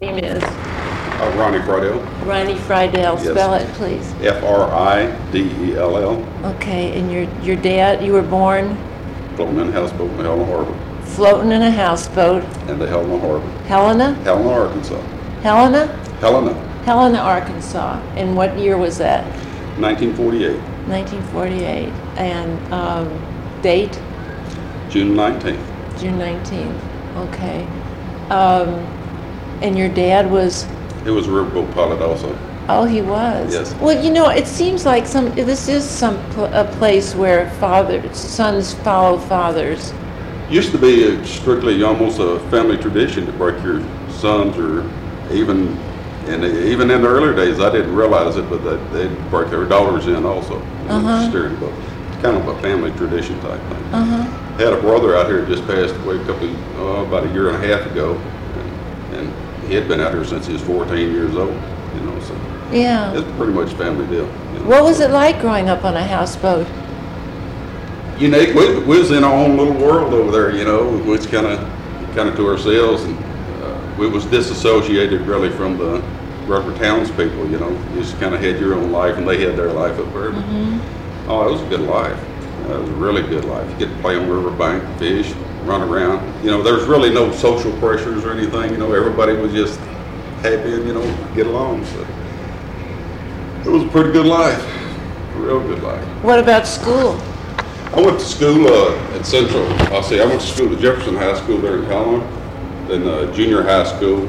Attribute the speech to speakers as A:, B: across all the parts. A: Name is
B: Uh, Ronnie Friedel,
A: Ronnie Friedel.
B: Yes.
A: Spell it, please.
B: E F-R-I-D-E-L-L,
A: Okay, and your, your dad, you were born
B: floating in houseboat in Helena Harbor,
A: floating in a houseboat,
B: in the Helena Harbor,
A: Helena?
B: Helena, Arkansas.
A: Helena?
B: Helena,
A: Helena, Arkansas. And what year was that?
B: 1948,
A: 1948. And um, date?
B: June 19th.
A: June 19th. Okay. Um, and your dad was,
B: He was a riverboat pilot also.
A: oh, he was.
B: Yes.
A: Well, you know, it seems like some, this is some, pl- a place where father, sons follow fathers.
B: Used to be a strictly almost a family tradition to break your sons or even, and even in the earlier days, I didn't realize it, but that they'd break their daughters in also. in the
A: Uh-huh.
B: Steering boat. It's Kind of a family tradition type thing.
A: Uh-huh.
B: Had a brother out here just passed away a couple, uh, about a year and a half ago, and- and he had been out here since he was 14 years old, you know, so
A: Yeah.
B: it's pretty much family deal. you know.
A: What was it like growing up on a houseboat?
B: Unique, we, we was in our own little world over there, you know, we was kind of, kind of to ourselves, and uh, we was disassociated really from the rubber townspeople, you know, you just kind of had your own life, and they had their life up there. Oh, it was a good life. Uh, It was a really good life. You get to play on riverbank, fish, run around. You know, there's really no social pressures or anything. You know, everybody was just happy and, you know, get along. So it was a pretty good life, a real good life.
A: What about school?
B: I went to school uh, at Central. I see. I went to school at Jefferson High School there in Helena, then uh, junior high school.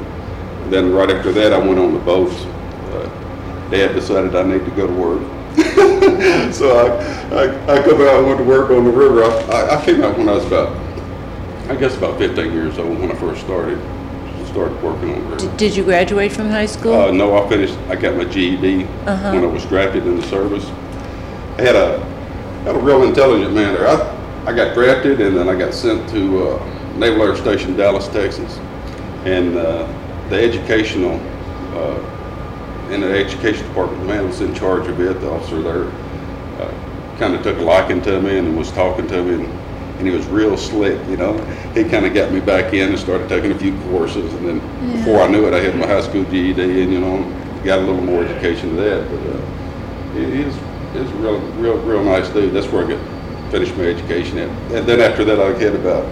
B: Then right after that, I went on the boats. Uh, Dad decided I need to go to work, so I, I, I come out. I went to work on the river. I, I, I came out when I was about, I guess about 15 years old when I first started. Started working on the river.
A: D- did you graduate from high school?
B: Uh, no, I finished. I got my GED
A: Uh-huh.
B: when I was drafted in the service. I had a had a real intelligent man there. I I got drafted and then I got sent to uh, Naval Air Station, Dallas, Texas, and uh, the educational uh, in the education department, the man was in charge of it. The officer there uh, kind of took a liking to me and was talking to me. And, and he was real slick, you know. He kind of got me back in and started taking a few courses, and then before I knew it, I had my high school GED, and you know, got a little more education to that. But uh, he, he's he's a real, real, real nice dude. That's where I got finished my education at. And then after that, I had about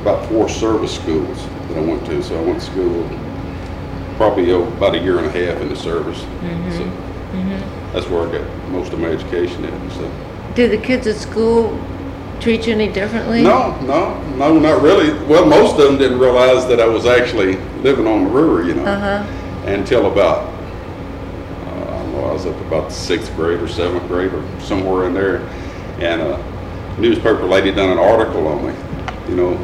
B: about four service schools that I went to. So I went to school probably oh, about a year and a half in the service. So that's where I got most of my education at. So.
A: did the kids at school treat you any differently?
B: No, no, no, not really. Well, most of them didn't realize that I was actually living on the river, you know,
A: Uh-huh.
B: until about, uh, I don't know, I was up about sixth grade or seventh grade or somewhere in there. And a newspaper lady done an article on me, you know,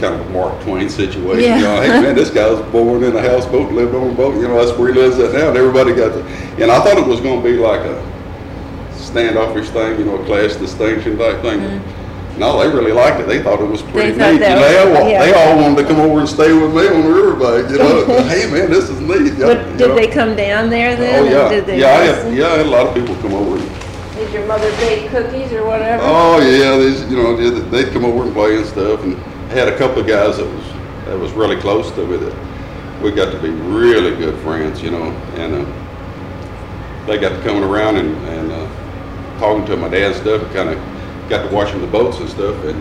B: kind of a Mark Twain situation. You
A: Yeah.
B: know, hey man, this guy was born in a houseboat, lived on a boat, you know, that's where he lives at now. And everybody got the, and I thought it was going to be like a, standoffish thing, you know, a class distinction type thing. No, they really liked it. They thought it was pretty
A: Mm-hmm. thought
B: neat.
A: that
B: you know,
A: was-
B: they, all,
A: yeah.
B: they all wanted to come over and stay with me on the riverbank. You know, hey man, this is neat. you
A: But
B: know,
A: did
B: you
A: they
B: know.
A: come down there then?
B: Oh
A: and
B: yeah,
A: Did they
B: yeah, I
A: listen?
B: had, yeah. I had a lot of people come over. And,
A: Did your mother bake cookies or whatever?
B: oh yeah, these you know they'd- they'd come over and play and stuff. And I had a couple of guys that was that was really close to me that we got to be really good friends. You know, and uh, they got to coming around and, and uh, talking to my dad's stuff. and Kind of got to watching the boats and stuff. And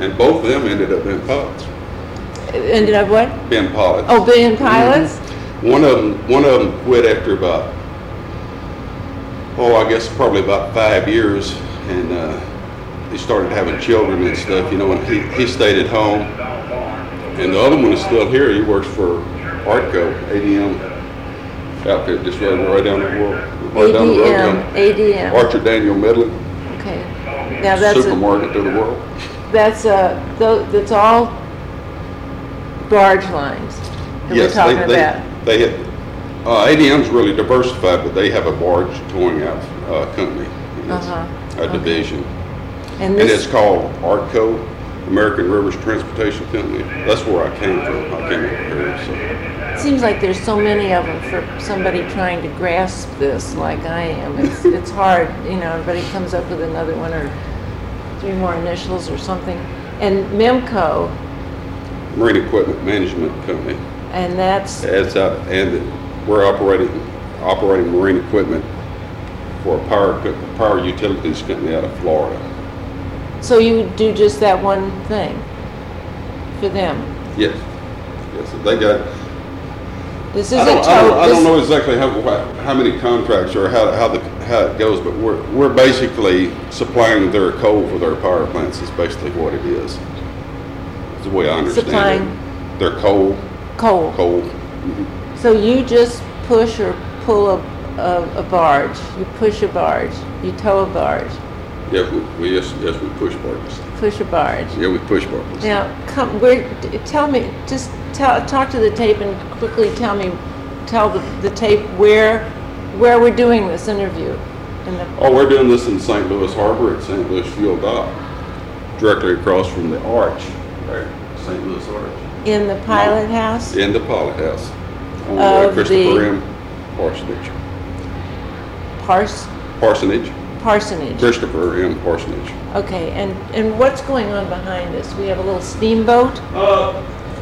B: and both of them ended up being pilots. Oh.
A: Ended up what?
B: Being pilots.
A: Oh, being
B: Mm-hmm.
A: pilots?
B: One of them, one of them quit after about, oh, I guess probably about five years, and uh, he started having children and stuff, you know, and he, he stayed at home. And the other one is still here. He works for Artco, ADM outfit, just right, right down the road, right down the
A: ADM.
B: road.
A: ADM.
B: yeah. Archer Daniel Midland,
A: Okay. Now that's a,
B: supermarket to the world.
A: that's a tho- that's all barge lines that we're
B: Yes, they,
A: talking about.
B: they, they have, uh, ADM's really diversified, but they have a barge towing out, uh, company. yes,
A: Uh-huh,
B: A
A: okay.
B: division.
A: And
B: And it's
A: this
B: called ARTCO, American Rivers Transportation Company. That's where I came from. I came up here,
A: seems like there's so many of them for somebody trying to grasp this like I am. It's it's hard, you know, everybody comes up with another one or three more initials or something. And Memco
B: so. Marine Equipment Management Company.
A: And that's,
B: It's, uh, and we're operating, operating marine equipment for a power, co- power utilities company out of Florida.
A: so you do just that one thing for them?
B: Yes, yes, they got,
A: This
B: I
A: isn't
B: don't, I don't,
A: total,
B: I don't
A: this,
B: know exactly how, wha- how many contracts or how, how the, how it goes, but we're, we're basically supplying their coal for their power plants is basically what it is. It's the way I understand it.
A: Supplying.
B: Their coal,
A: coal.
B: coal,
A: So you just push or pull a, a, a barge, you push a barge, you tow a barge,
B: yeah, we- we, yes, yes, we push barges.
A: push a barge.
B: Yeah, we push barges.
A: Now, come, where, t- tell me, just tell, talk to the tape and quickly tell me, tell the, the tape where, where we're doing this interview. In the,
B: Oh, we're doing this in St. Louis Harbor at St. Louis Fuel Dock, directly across from the arch, there, St. Louis Arch,
A: in the pilot house?
B: in the Pilot House on uh,
A: Of the-
B: Christopher M. Parsonage.
A: Pars,
B: Parsonage,
A: parsonage.
B: Christopher M. Parsonage.
A: Okay, and, and what's going on behind us? We have a little steamboat
B: Uh,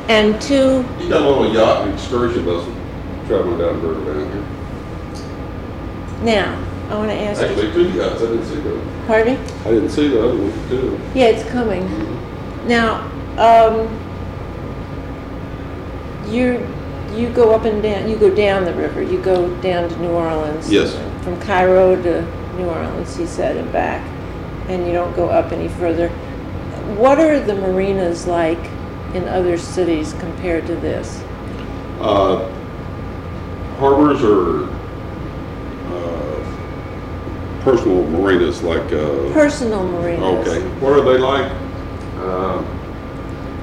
A: and two,
B: you got a little yacht and excursion bus traveling down the river down here.
A: now, I want to ask you,
B: Actually, two yachts. I didn't see the.
A: pardon me?
B: I didn't see the other one too.
A: Yeah, it's coming. Now, um, you, you go up and down, you go down the river, you go down to New Orleans.
B: Yes.
A: From Cairo to New Orleans, he said, and back, and you don't go up any further. What are the marinas like in other cities compared to this?
B: Uh, harbors are uh, personal marinas like. Uh,
A: Personal marinas.
B: Okay, what are they like? Uh,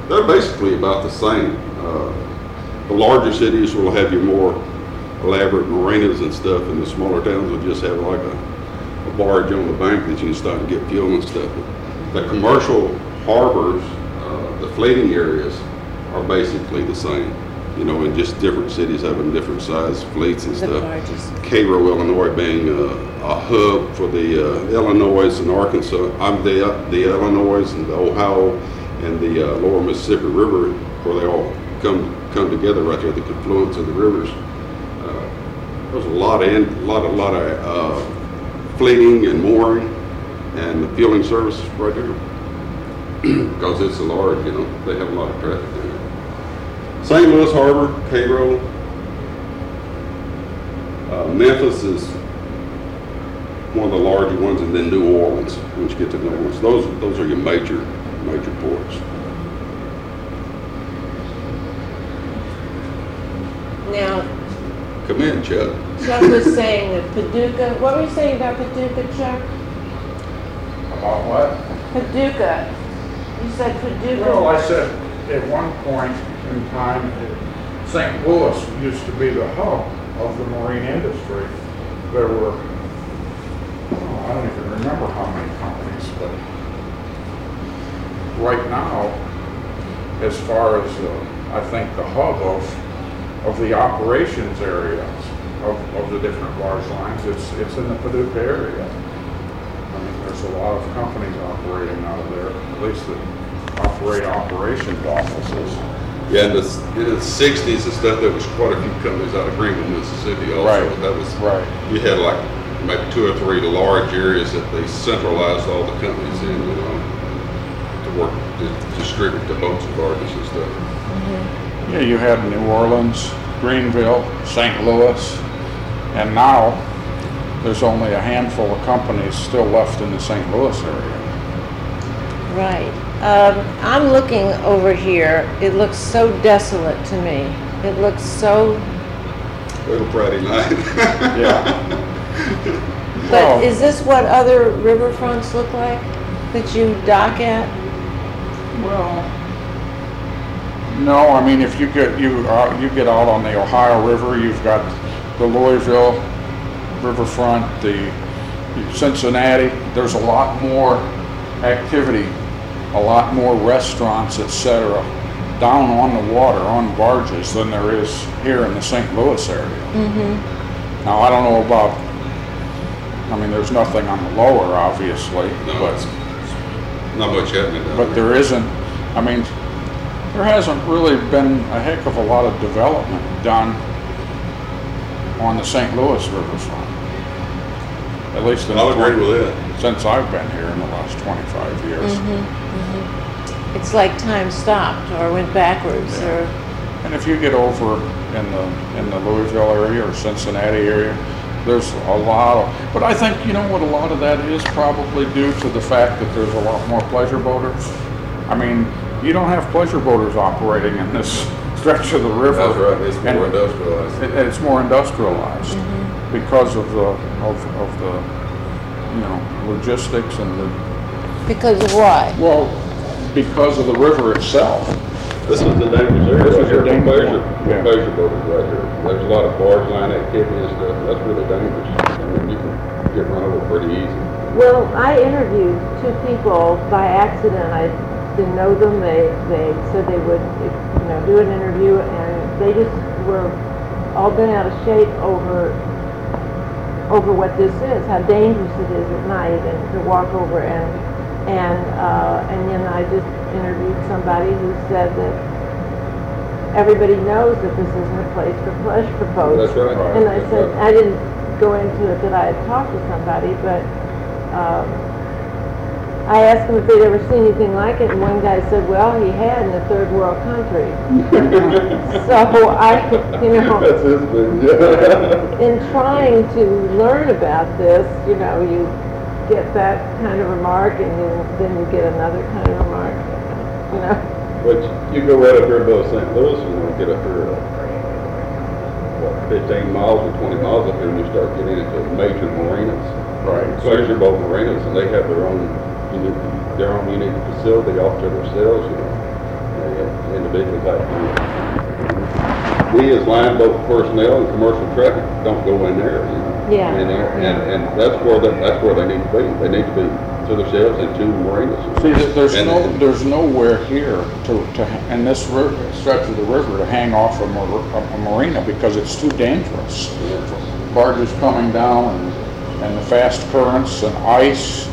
B: They're basically about the same. Uh, The larger cities will have your more elaborate marinas and stuff, and the smaller towns will just have like a a barge on the bank that you can stop and get fuel and stuff. The commercial harbors, uh, the fleeting areas are basically the same, you know, in just different cities having different size fleets and
A: The
B: stuff.
A: barges.
B: Cairo, Illinois being a, a hub for the uh, Illinois and Arkansas, I'm the, the Illinois and the Ohio and the uh, lower Mississippi River, where they all come, come together right there, the confluence of the rivers. Uh, There's a lot of, in- lot of, lot of uh, fleeting and mooring and the fueling service right there. Because it's a large, you know, they have a lot of traffic there. St. Louis Harbor, Cairo, uh, Memphis is one of the larger ones, and then New Orleans, once you get to New Orleans. Those, those are your major, major ports.
A: Now,
B: Come in, Chuck.
A: Chuck was saying that Paducah, what were you saying about Paducah, Chuck?
C: About what?
A: Paducah. You said Paducah.
C: Well, I said, at one point in time, it- St. Louis used to be the hub of the marine industry. There were, oh, I don't even remember how many companies, but right now, as far as, uh, I think, the hub of, of the operations areas of, of the different large lines, it's, it's in the Paducah area. I mean, there's a lot of companies operating out of there, at least that operate operations offices.
B: Yeah, in the, s- in the sixties and stuff, there was quite a few companies out of Greenville, Mississippi also.
C: Right,
B: That was,
C: right.
B: you had like maybe two or three large areas that they centralized all the companies in, you know, to work, to distribute the boats and barges and stuff.
C: Yeah, you had New Orleans, Greenville, St. Louis, and now there's only a handful of companies still left in the St. Louis area.
A: Right. Um, I'm looking over here. It looks so desolate to me. It looks so.
B: Little Friday night.
C: Yeah.
A: But
C: Well-
A: is this what other riverfronts look like that you dock at?
C: Well, no, I mean, if you get, you, uh, you get out on the Ohio River, you've got the Louisville Riverfront, the Cincinnati, there's a lot more activity, a lot more restaurants, et cetera, down on the water, on barges, than there is here in the St. Louis area.
A: Mm-hmm,
C: Now, I don't know about, I mean, there's nothing on the lower, obviously,
B: No,
C: but.
B: it's- Not much happening down
C: But there isn't, I mean, there hasn't really been a heck of a lot of development done on the St. Louis riverfront. At least in
B: I'll agree
C: the-
B: with that.
C: since I've been here in the last 25
A: mm-hmm,
C: years.
D: It's like time stopped or went backwards or,
C: And if you get over in the, in the Louisville area or Cincinnati area, there's a lot of, but I think, you know what, a lot of that is probably due to the fact that there's a lot more pleasure boaters. I mean, you don't have pleasure boaters operating in this stretch of the river.
E: That's right, it's
C: And-
E: more industrialized.
C: it- And it's more industrialized because of the, of, of the, you know, logistics and the,
D: because of why?
C: well, because of the river itself.
B: This is the dangerous area.
C: This is your danger
B: Pleasure,
C: zone. Yeah.
B: pleasure boaters right here. There's a lot of barge line activity and stuff. That's really dangerous. And you can get run over pretty easy.
A: Well, I interviewed two people by accident. I didn't know them. They, they said they would, you know, do an interview, and they just were all bent out of shape over over what this is, how dangerous it is at night, and to walk over and and uh, and then I just interviewed somebody who said that everybody knows that this isn't a place for pleasure boats.
B: That's right.
A: And I
B: That's
A: said,
B: right.
A: I didn't go into it that I had talked to somebody, but um, I asked them if they'd ever seen anything like it, and one guy said, well, he had in a third world country. So I, you know,
B: That's his thing, yeah.
A: in trying to learn about this, you know, you get that kind of remark, and then, then you get another kind of remark, you know.
B: But you go right up here above St. Louis and you get up here, uh, what, fifteen miles or twenty miles up here and you start getting into major marinas.
C: Right.
B: Pleasure boat marinas and they have their own unique, their own unique facility all to themselves, you know. They have individual type things. We as line boat personnel and commercial traffic don't go in there, you know.
A: Yeah.
B: And, and, and that's where, they- that's where they need to be. They need to be to themselves and to marinas.
C: See, there- there's
B: And-
C: no, there's nowhere here to, to, in this river, stretch of the river to hang off a mar- a- a marina because it's too dangerous. Barges coming down and, and the fast currents and ice,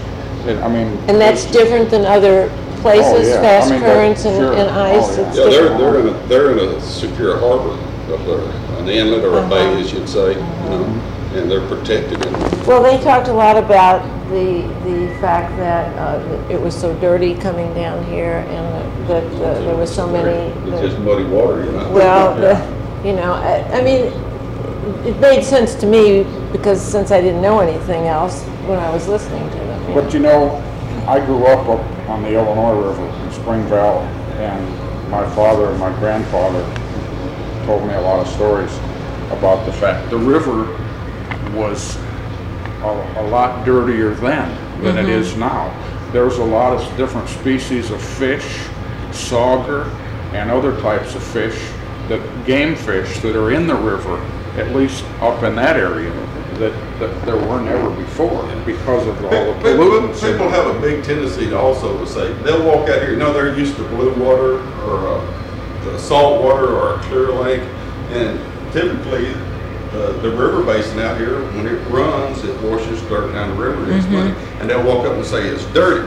C: and I mean.
D: And that's different than other
C: Oh,
D: places,
C: yeah. I
D: fast
C: mean, that-
D: currents and
C: sure.
D: and ice.
C: Oh, yeah.
D: It's
B: Yeah, they're,
D: different.
B: they're in a, they're in a secure harbor up there, an inlet
D: Uh-huh.
B: or a bay, as you'd say, you know, and they're protected and
D: Well, they talked a lot about the, the fact that uh, it was so dirty coming down here and that uh, there was so many,
B: It's just muddy water, you know?
D: well, the- you know, I I mean, it made sense to me because since I didn't know anything else when I was listening to them.
C: But you know, I grew up up on the Illinois River in Spring Valley, and my father and my grandfather told me a lot of stories about the fact the river was a, a lot dirtier then than it is now. There's a lot of different species of fish, sauger, and other types of fish, that game fish that are in the river, at least up in that area, that, that there were never before because of all the
B: People,
C: pollutants.
B: people have a big tendency to also to say, they'll walk out here, no, they're used to blue water or uh, the salt water or a clear lake. And typically, the, the river basin out here, when it runs, it washes dirt down the river
D: Mm-hmm.
B: each morning. And they'll walk up and say, it's dirty.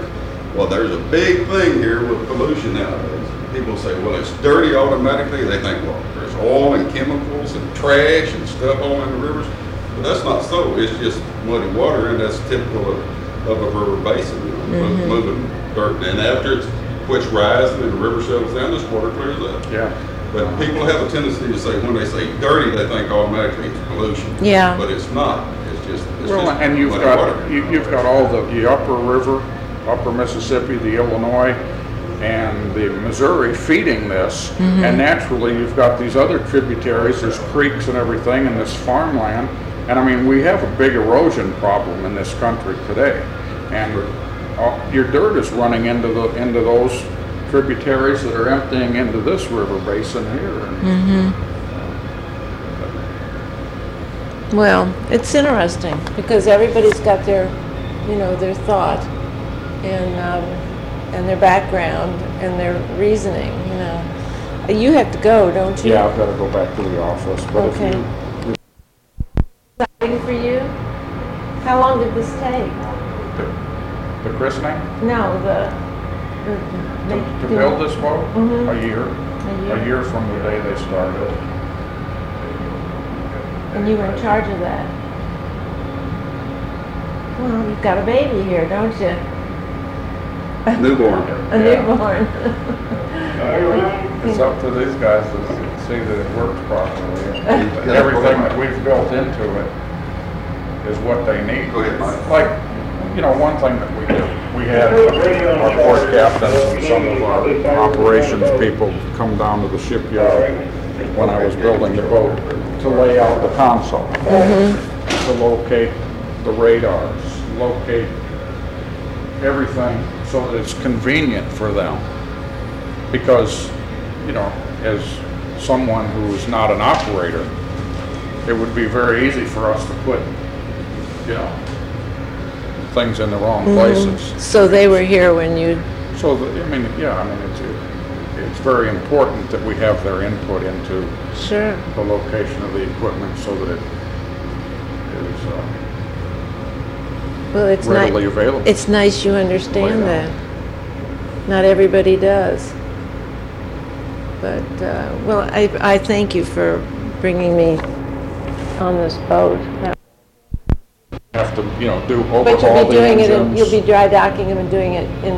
B: Well, there's a big thing here with pollution nowadays. People say, well, it's dirty automatically. They think, well, there's oil and chemicals and trash and stuff all in the rivers. But that's not so. It's just muddy water, and that's typical of, of a river basin, you know, mo- moving dirt. And after it quits rising and the river settles down, this water clears up.
C: Yeah.
B: But people have a tendency to say, when they say dirty, they think automatically it's pollution.
D: Yeah.
B: But it's not. It's just, it's
C: Well,
B: just
C: and you've
B: muddy
C: got,
B: water.
C: you- you've got all the, the upper river, upper Mississippi, the Illinois, and the Missouri feeding this. And naturally, you've got these other tributaries, there's creeks and everything, and this farmland. And I mean, we have a big erosion problem in this country today. And uh, your dirt is running into the, into those tributaries that are emptying into this river basin here. And
D: Well, it's interesting because everybody's got their, you know, their thought and um, and their background and their reasoning. You know, you have to go, don't you?
C: Yeah, I've got to go back to the office, but if
D: Okay.
C: you,
A: Waiting for you. How long did this take?
C: the the christening?
A: No, the,
C: To to build this boat? A year? Mm-hmm. A year from the day they started.
A: And you were in charge of that. Well, you've got a baby here, don't you?
B: Newborn.
A: A
C: Yeah.
A: newborn.
C: It's up to these guys to s- see that it works properly. and Everything that we've built into it is what they need.
B: Go ahead, Mike.
C: Like, you know, one thing that we did, we had our port captains and some of our operations people come down to the shipyard when I was building the boat to lay out the console, to locate the radars, locate everything so that it's convenient for them. Because, you know, as someone who is not an operator, it would be very easy for us to put, you know, things in the wrong
A: Mm-hmm.
C: places.
A: So they were here when you,
C: So, the- I mean, yeah, I mean, it's, it's very important that we have their input into
A: sure.
C: the location of the equipment so that it is uh,
A: Well, it's nice.
C: readily available.
A: It's nice you understand
C: Laid out.
A: that. Not everybody does. But, uh, well, I, I thank you for bringing me on this boat.
C: Have to, you know, do
A: But
C: overhaul
A: you'll be
C: the
A: doing it, in-
C: engines.
A: you'll be dry docking them and doing it in,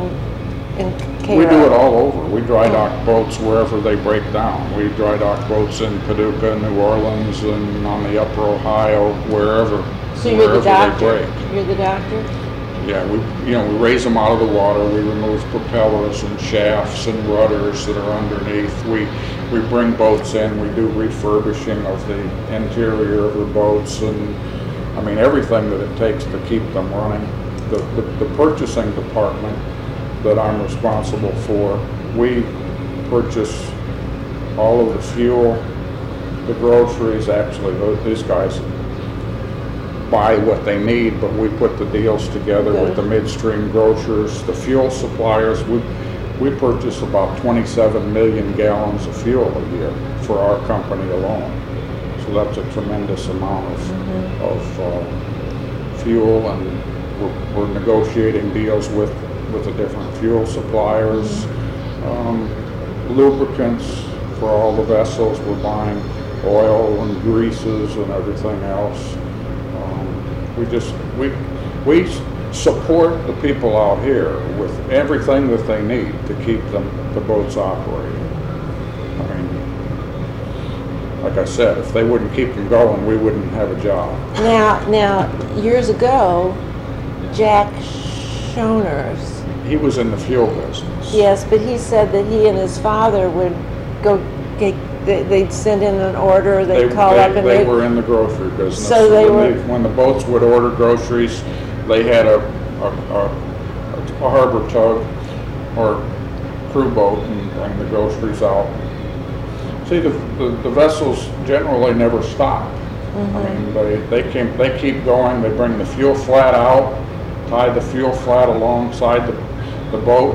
A: in Cairo.
C: We do it all over. We dry dock boats wherever they break down. We dry dock boats in Paducah, New Orleans, and on the upper Ohio, wherever,
A: So you're the
C: wherever they
A: doctor?
C: break.
A: You're the doctor?
C: Yeah, we, you know, we raise them out of the water, we remove propellers and shafts and rudders that are underneath. We, we bring boats in, we do refurbishing of the interior of the boats and, I mean, everything that it takes to keep them running. The, the, the purchasing department that I'm responsible for, we purchase all of the fuel, the groceries, actually, tho- these guys buy what they need, but we put the deals together with the midstream grocers, the fuel suppliers. We, we purchase about 27 million gallons of fuel a year for our company alone. So that's a tremendous amount of, of uh, fuel and we're, we're negotiating deals with, with the different fuel suppliers. Um, lubricants for all the vessels, we're buying oil and greases and everything else. Um, We just, we, we s- support the people out here with everything that they need to keep them, the boats operating. I mean, like I said, if they wouldn't keep them going, we wouldn't have a job.
A: Now, now, years ago, Jack Shoners,
C: He was in the fuel business.
A: Yes, but he said that he and his father would go get, they- they'd send in an order, they'd call
C: they-
A: up and
C: They
A: they'd,
C: were in the grocery business.
A: So they
C: When
A: were-
C: When the boats would order groceries, they had a, a, a- a harbor tug or crew boat and bring the groceries out. See, the, the the vessels generally never stop. I
A: Mm-hmm.
C: mean, they, they can, they keep going, they bring the fuel flat out, tie the fuel flat alongside the, the boat.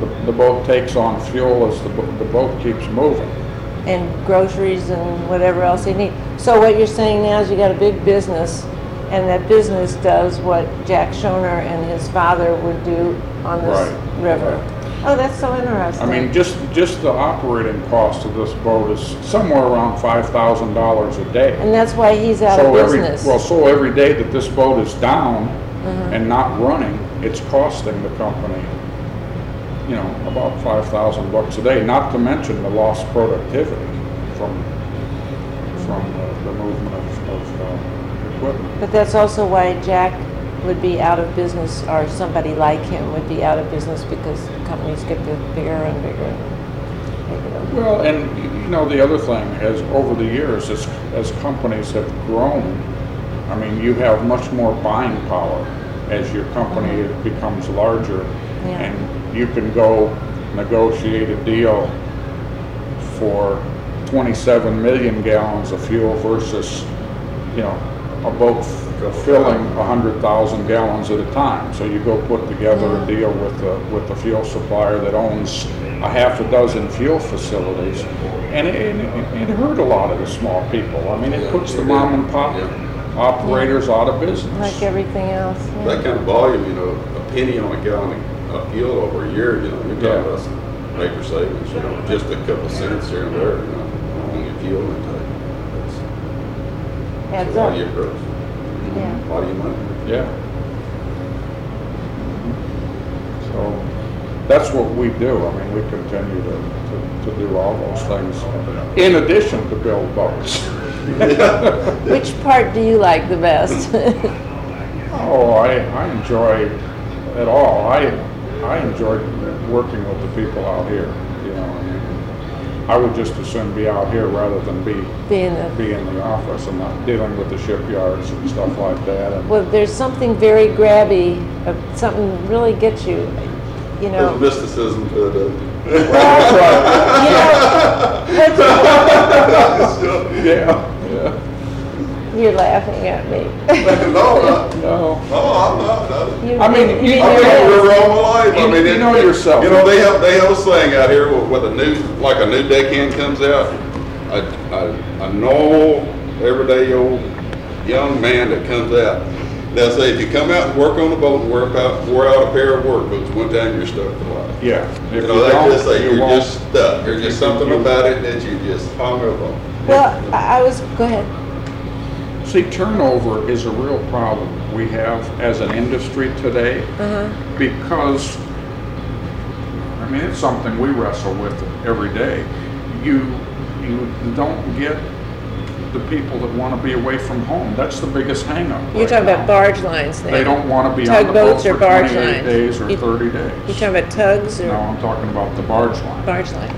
C: The- The boat takes on fuel as the, bo- the boat keeps moving.
A: and groceries and whatever else they need. So what you're saying now is you got a big business, and that business does what Jack Shoner and his father would do on this
C: Right,
A: river.
C: right.
A: Oh, that's so interesting.
C: I mean, just, just the operating cost of this boat is somewhere around five thousand dollars a day.
A: And that's why he's out of
C: So every
A: business. Mm-hmm.
C: Well, so every day that this boat is down and not running, it's costing the company, you know, about five thousand bucks a day, not to mention the lost productivity from, from uh, the movement of, of, uh, equipment.
A: But that's also why Jack would be out of business, or somebody like him would be out of business because companies get big- bigger and bigger.
C: Well, and you know, the other thing is over the years, as, as companies have grown, I mean, you have much more buying power as your company becomes larger.
A: Yeah.
C: And you can go negotiate a deal for 27 million gallons of fuel versus, you know, a boat f- filling 100,000 gallons at a time. So you go put together a deal with the, with the fuel supplier that owns a half a dozen fuel facilities. And it, it, it hurt a lot of the small people. I mean, it puts the mom and pop operators out of business.
A: Like everything else. yeah.
B: That kind of volume, you know, a penny on a gallon appeal over a year, you know, you're
C: Yeah.
B: talking about some paper savings, you know, just a couple cents here and there, you know, on the appeal and take. That's
D: Adds
B: a lot of
D: up.
B: your gross,
D: Yeah.
B: a lot of your money.
C: Yeah. So, that's what we do, I mean, we continue to, to, to do all those things, in addition to build boats.
D: Which part do you like the best?
C: Oh, I, I enjoy it all, I, I enjoy working with the people out here, you know, I mean, I would just as soon be out here rather than be,
D: Being a,
C: be in the office and not dealing with the shipyards and stuff like that, and,
D: well, there's something very grabby, uh, something really gets you, you know.
B: There's mysticism to the.
D: Well, you know, what's-
C: yeah, yeah,
D: You're laughing at me.
B: No, I-
C: no.
B: no, I'm not, no.
D: You-
C: I mean,
D: you
C: you-
D: mean
C: I
B: I've
D: you're
B: been on the
D: right.
B: road all my life. I
C: You-
B: mean,
C: you
B: it-
C: know yourself.
B: You know, they have they have a saying out here with, with a new, like a new deckhand comes out. A, a, a normal, everyday old young man that comes out. They'll say, if you come out and work on the boat and wear out, wear out a pair of work boots, one time you're stuck for life.
C: Yeah. If
B: You know, they
C: don't,
B: just say
C: you
B: you're
C: won't.
B: just stuck. There's just something about it that you just vulnerable.
D: Well, I I was, go ahead.
C: See, turnover is a real problem we have as an industry today
D: Uh-huh.
C: because, I mean, it's something we wrestle with every day. You, you don't get the people that want to be away from home. That's the biggest hangup.
D: You're
C: right
D: talking about
C: now.
D: barge lines now.
C: They don't want to be on the boat
D: Tugboats or
C: for
D: barge
C: 28
D: lines?
C: days or
D: You-
C: 30
D: You're
C: days.
D: talking about tugs
C: No,
D: or
C: I'm talking about the barge line.
D: barge line?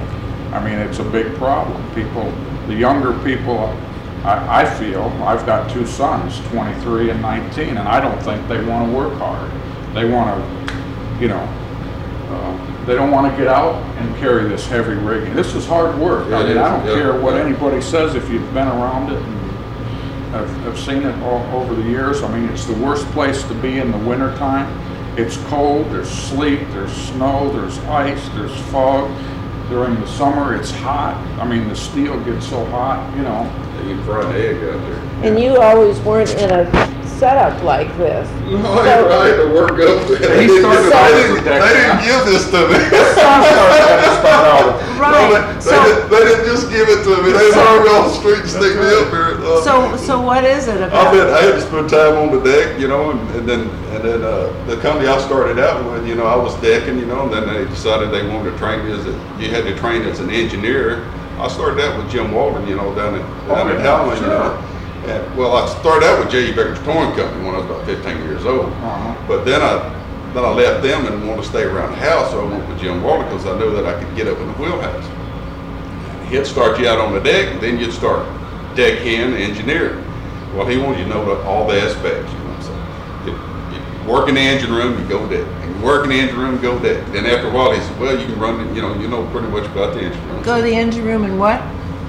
C: I mean, it's a big problem. People, the younger people, I, I feel, I've got two sons, 23 and 19, and I don't think they want to work hard. They want to, you know, uh, they don't want to get out and carry this heavy rigging. This is hard work.
B: Yeah,
C: I
B: it
C: mean,
B: is.
C: I don't
B: Yeah,
C: care what
B: yeah.
C: anybody says if you've been around it and I've, I've seen it all over the years. I mean, it's the worst place to be in the wintertime. It's cold, there's sleet, there's snow, there's ice, there's fog. During the summer, it's hot. I mean, the steel gets so hot, you know.
B: You can fry an egg out there.
D: And you always weren't in a setup like this.
B: No, you're right, the work goes. They
C: He
B: didn't-
C: started
B: they
C: off as
B: didn't-
C: a deck
B: They didn't
C: hand.
B: give this to me. No,
D: Right.
B: they, they, didn't, they didn't just give it to me. They
D: So-
B: hired me off the street and stick me up here. Uh,
D: So, so what is it
B: I
D: about?
B: mean, I had to spend time on the deck, you know, and, and then and then uh, the company I started out with, you know, I was decking, you know, and then they decided they wanted to train me as a, you had to train as an engineer. I started out with Jim Walden, you know, down in down
C: Oh,
B: in
C: yeah,
B: Howland, you
C: sure.
B: know. And, well, I started out with J.E. Becker's Towing Company when I was about 15 years old.
C: Uh-huh.
B: But then I then I left them and wanted to stay around the house, so I went with Jim Walden because I knew that I could get up in the wheelhouse he'd start you out on the deck, and then you'd start deckhand engineer. Well, he wanted you to know the- all the aspects, you know what I'm saying? You, you work in the engine room, you go deck. And you work in the engine room, go deck. Then after a while, he said, well, you can run, the- you know, you know pretty much about the engine room.
D: Go to the engine room and what?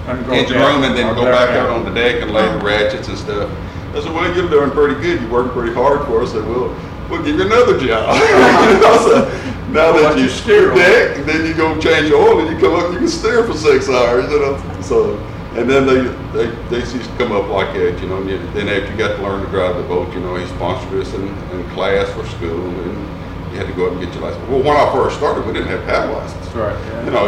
C: And go
B: engine
C: down-
B: room and then go
C: down
B: back
C: there.
B: out on the deck and lay the
C: Uh-huh.
B: ratchets and stuff. I said, well, you're doing pretty good. You're working pretty hard for us. I said, well, we'll give you another job. you know, so now
C: We'll
B: that
C: let you
B: you
C: steer
B: steer deck, and then you go change oil and you come up, you can steer for six hours, you know. So, and then they, they, they used to come up like that, you know. And you- then after you got to learn to drive the boat, you know, he sponsored us in, in class for school and you had to go up and get your license. Well, when I first started, we didn't have paddle license.
C: That's right.
B: You know,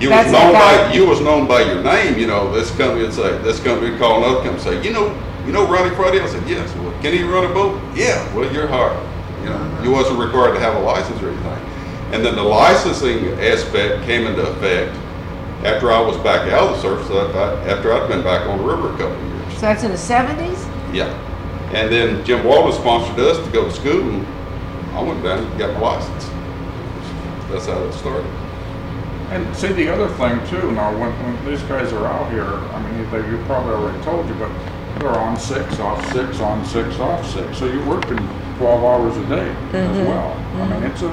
B: you
D: That's
B: was known
D: like
B: by you was known by your name. You know, this company would say, this company would call another company and say, you know, you know Ronnie Friday. I said, yes. Well, can he run a boat? Yeah. Well, you're hired. You know, you wasn't required to have a license or anything. And then the licensing aspect came into effect after I was back out of the service. I- After I'd been back on the river a couple of years.
D: So that's in the seventies?
B: Yeah. And then Jim Walden sponsored us to go to school. and I went down and got my license. That's how it started.
C: And see, the other thing too, now when, when these guys are out here, I mean, they, you probably already told you, but they're on six, off six, on six, off six. So you're working twelve hours a day
D: Mm-hmm.
C: as well. I mean, it's a,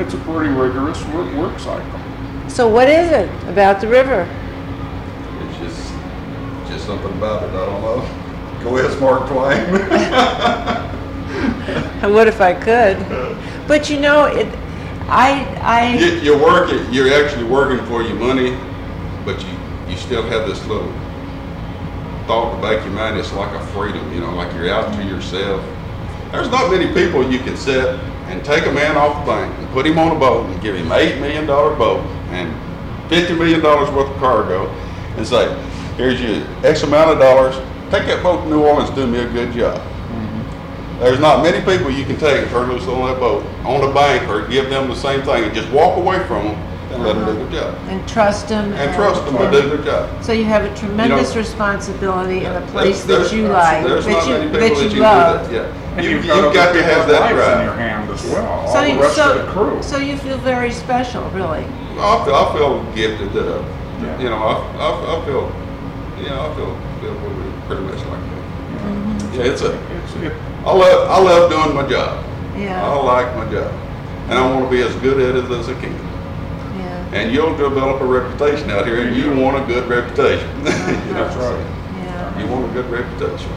C: it's a pretty rigorous work, work cycle.
D: So what is it about the river?
B: It's just, just something about it. I don't know. Go ask Mark Twain.
D: I would if I could. But you know, it, I, I,
B: you, you're working. You're actually working for your money, but you you still have this little thought in the back of your mind. It's like a freedom. You know, like you're out to yourself. There's not many people you can sit and take a man off the bank and put him on a boat and give him eight million dollar boat and fifty million dollars worth of cargo and say, here's your X amount of dollars, take that boat to New Orleans, do me a good job. There's not many people you can take or loose on that boat, on the bank, or give them the same thing and just walk away from them and let them do their job.
D: And trust them.
B: And trust them to do their job.
D: So you have a tremendous
B: You know-
D: responsibility in a
B: There's-
D: place
B: there's-
D: that you like,
B: There's
D: that
B: not
D: you,
B: many people
D: that you
B: can do
D: love.
B: that, Yeah.
C: And
B: You-
C: you've
B: You've got
C: other
B: to have
C: people's
B: that
C: lives
B: drive.
C: in your hand as well,
D: So
C: all the
D: you-
C: rest
D: so-
C: of the crew.
D: So you feel very special, really.
B: I feel, I feel gifted that, uh,
C: Yeah.
B: you know, I, I, I feel, you know, I feel, feel pretty, pretty much like that. Yeah, it's a,
C: It's- it-
B: I love, I love doing my job. I
D: Yeah,
B: like my job. And I want to be as good at it as I can.
D: yeah,
B: And you'll develop a reputation out here and you want a good reputation. You know,
C: That's right.
D: yeah.
B: You want a good reputation.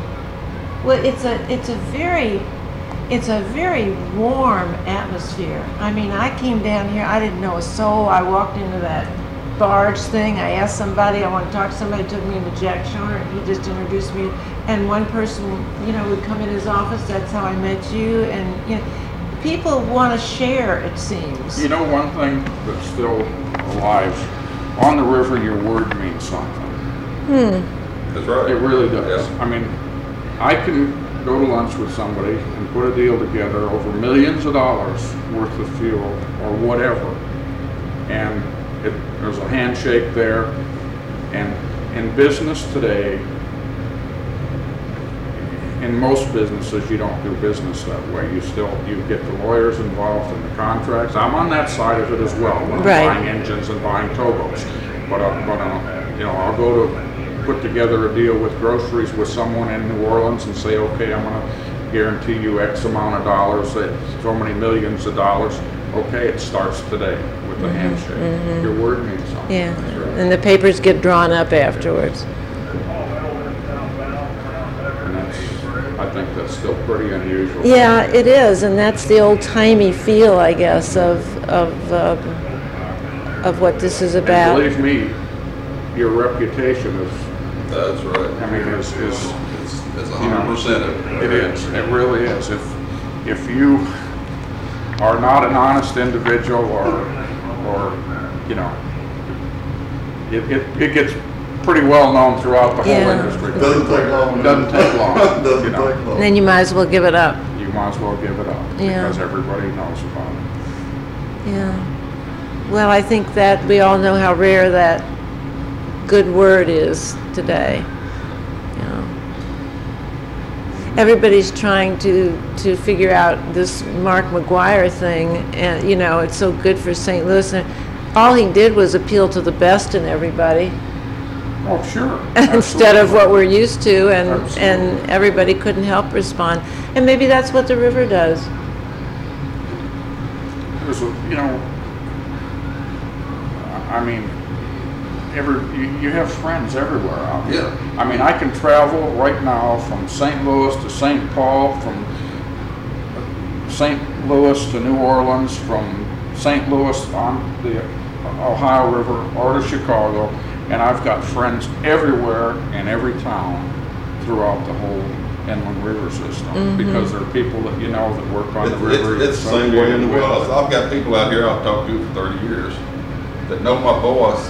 D: Well, it's a it's a very it's a very warm atmosphere. I mean, I came down here, I didn't know a soul. I walked into that barge thing. I asked somebody, I want to talk to somebody. Took me into Jack Shorner. He just introduced me, and one person, you know, would come in his office. That's how I met you. And you know, people want to share. It seems.
C: You know, one thing that's still alive, on the river, your word means something.
B: That's right.
C: It really does.
B: Yeah.
C: I mean, I can go to lunch with somebody and put a deal together over millions of dollars worth of fuel or whatever. And it, there's a handshake there. And in business today, in most businesses, you don't do business that way. You still, you get the lawyers involved in the contracts. I'm on that side of it as well, when I'm
D: Right.
C: buying engines and buying towboats. But, I- but, I'll- you know, I'll go to put together a deal with groceries with someone in New Orleans and say, okay, I'm gonna guarantee you X amount of dollars, that so many millions of dollars. Okay, it starts today with a handshake. Your word means something.
D: Mm-hmm. Yeah,
C: That's right.
D: and the papers get drawn up afterwards.
C: And that's, I think that's still pretty unusual.
D: Yeah, it is, and that's the old timey feel, I guess, of of um, of what this is
C: And
D: about.
C: believe me, your reputation is,
B: That's right.
C: I mean, is, is,
B: It's, it's a
C: you know,
B: hundred percent of it.
C: it is, it really is. If, if you are not an honest individual or, or, you know, it, it, it gets pretty well known throughout the whole
D: Yeah.
C: industry.
E: Doesn't take long.
C: Doesn't take long. you
E: Doesn't
C: know.
E: take long.
D: And then you might as well give it up.
C: You might as well give it up
D: Yeah.
C: because everybody knows about it.
D: Yeah. Well, I think that we all know how rare that good word is today. You know. Everybody's trying to to figure out this Mark McGuire thing, and you know it's so good for St. Louis. And all he did was appeal to the best in everybody.
C: Oh, sure.
D: instead of
C: Absolutely.
D: what we're used to, and, and
C: Absolutely.
D: everybody couldn't help respond. And maybe that's what the river does.
C: There's a, you know, I mean, every, you, you have friends everywhere out here.
B: Yeah.
C: I mean, I can travel right now from St. Louis to St. Paul, from St. Louis to New Orleans, from St. Louis on the Ohio River or to Chicago, and I've got friends everywhere in every town throughout the whole inland river system because there are people that you know that work on
B: It's,
C: the river.
B: it's, it's the
C: some
B: same way in
C: and
B: the
C: with
B: world.
C: it.
B: I've got people out here I've talked to for thirty years that know my voice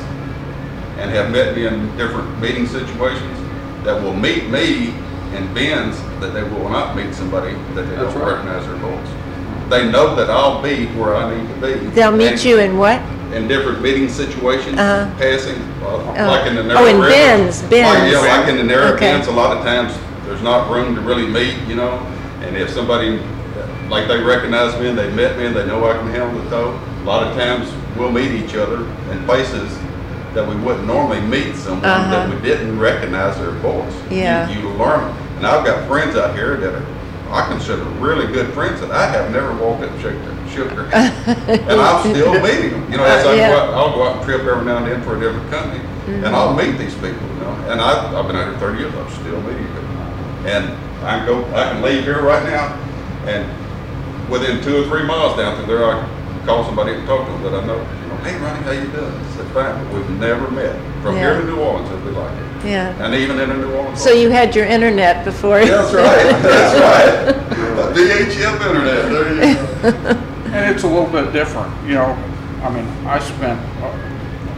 B: and have met me in different meeting situations that will meet me in bins that they will not meet somebody that they
C: That's
B: don't
C: right.
B: recognize their voice. They know that I'll be where I need to be.
D: They'll meet
B: And-
D: you in what?
B: in different meeting situations,
D: Uh-huh.
B: passing, uh, like in the narrow
D: Oh, in
B: river.
D: bins,
B: Like,
D: bins.
B: Yeah, like in the narrow
D: Okay.
B: bins, a lot of times, there's not room to really meet, you know? And if somebody, like they recognize me and they met me and they know I can handle the tow, a lot of times, we'll meet each other in places that we wouldn't normally meet someone
D: Uh-huh.
B: that we didn't recognize their voice. You-
D: Yeah.
B: You learn, and I've got friends out here that are, I consider really good friends that I have never walked up and shook their, shook their hand. And I'm still meeting them. You know, as I
D: Uh, Yeah. Mm-hmm.
B: go out, I'll go out and trip every now and then for a different company, and I'll meet these people. You know, and I, I've been out here 30 years. I'm still meeting people, and I can go. I can leave here right now, and within two or three miles down through there, I can call somebody and talk to them that I know. You know, hey Ronnie, how you doing? I said fine, but we've never met. From
D: Yeah.
B: here to New Orleans, it'd be like it.
D: Yeah.
B: And even in a New Orleans.
D: So you had your internet before.
B: Yeah, that's right. That's right. The VHF internet. There you go.
C: And it's a little bit different, you know, I mean, I spent,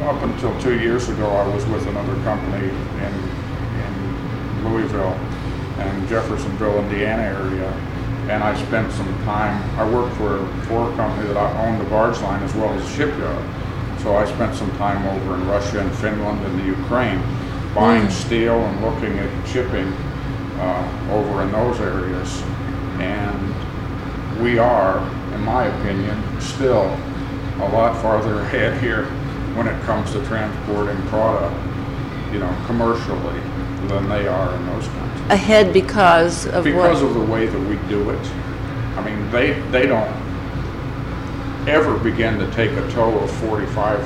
C: uh, up until two years ago, I was with another company in, in Louisville and Jeffersonville, Indiana area, and I spent some time, I worked for a tour company that I owned the barge line as well as shipyard. So I spent some time over in Russia and Finland and the Ukraine, buying steel and looking at shipping, uh, over in those areas. And we are, in my opinion, still a lot farther ahead here when it comes to transporting product, you know, commercially than they are in those countries.
D: Ahead because of
C: Because
D: what?
C: of the way that we do it. I mean, they, they don't ever begin to take a tow of 45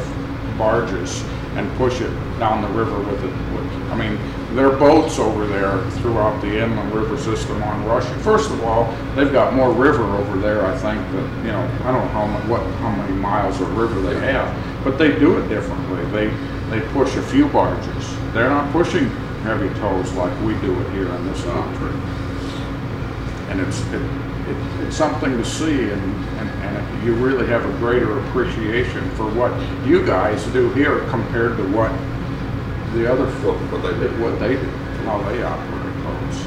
C: barges and push it down the river with it. with- I mean, their boats over there throughout the inland river system on Russia. First of all, they've got more river over there, I think, that, you know, I don't know how mu, what, how many miles of river they have, but they do it differently. They, they push a few barges. They're not pushing heavy tows like we do it here in this country and it's, it, it, it's something to see, and, and, and you really have a greater appreciation for what you guys do here compared to what the other folk,
B: What they do.
C: what they do, how they operate those.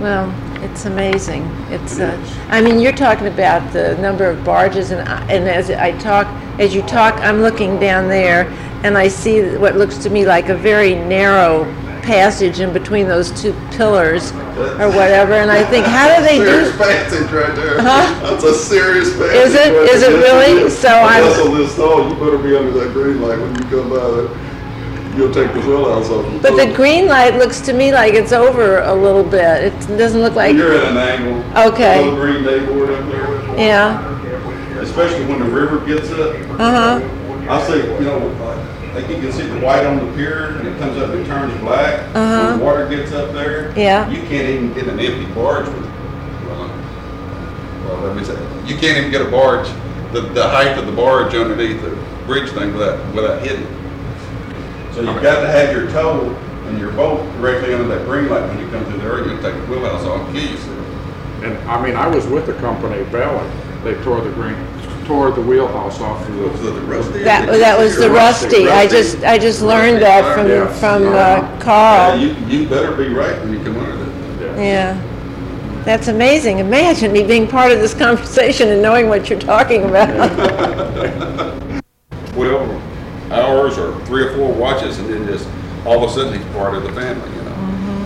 D: Well, it's amazing. It's,
C: It
D: uh,
C: is.
D: I mean, you're talking about the number of barges and, I- and as I talk, as you talk, I'm looking down there and I see what looks to me like a very narrow passage in between those two pillars or whatever, and I think, how do they do?
B: Serious passage right there.
D: Huh?
B: That's a serious passage.
D: Is it?
B: right
D: Is it
B: there.
D: really? So I'm-
B: Unless on this stall, you better be under that green light when you come by there. You'll take the wheel out of them.
D: But the green light looks to me like it's over a little bit. It doesn't look like,
B: You're at an angle.
D: Okay.
B: Little green dayboard up there.
D: yeah,
B: Especially when the river gets up.
D: uh-huh,
B: I say, you know, uh, like you can see the white on the pier and it comes up and turns black.
D: Uh-huh.
B: When the water gets up there.
D: Yeah.
B: You can't even get an empty barge with, well, well, let me say, you can't even get a barge, the, the height of the barge underneath the bridge thing without, without hitting. it. So you've got to have your tow and your boat directly under that green light when you come through there, you'll take the wheelhouse off and kill yourself.
C: And, I mean, I was with the company, Valley, they tore the green, tore the wheelhouse off of
B: Was it
C: the,
B: the rusty?
D: that, that was the rusty. I just, I just learned that from,
C: Yeah.
D: from uh,
B: Yeah,
D: Carl.
B: You, you better be right when you come under that.
C: yeah.
D: Yeah. That's amazing. Imagine me being part of this conversation and knowing what you're talking about.
B: twelve hours or three or four watches, and then just all of a sudden he's part of the family, you know.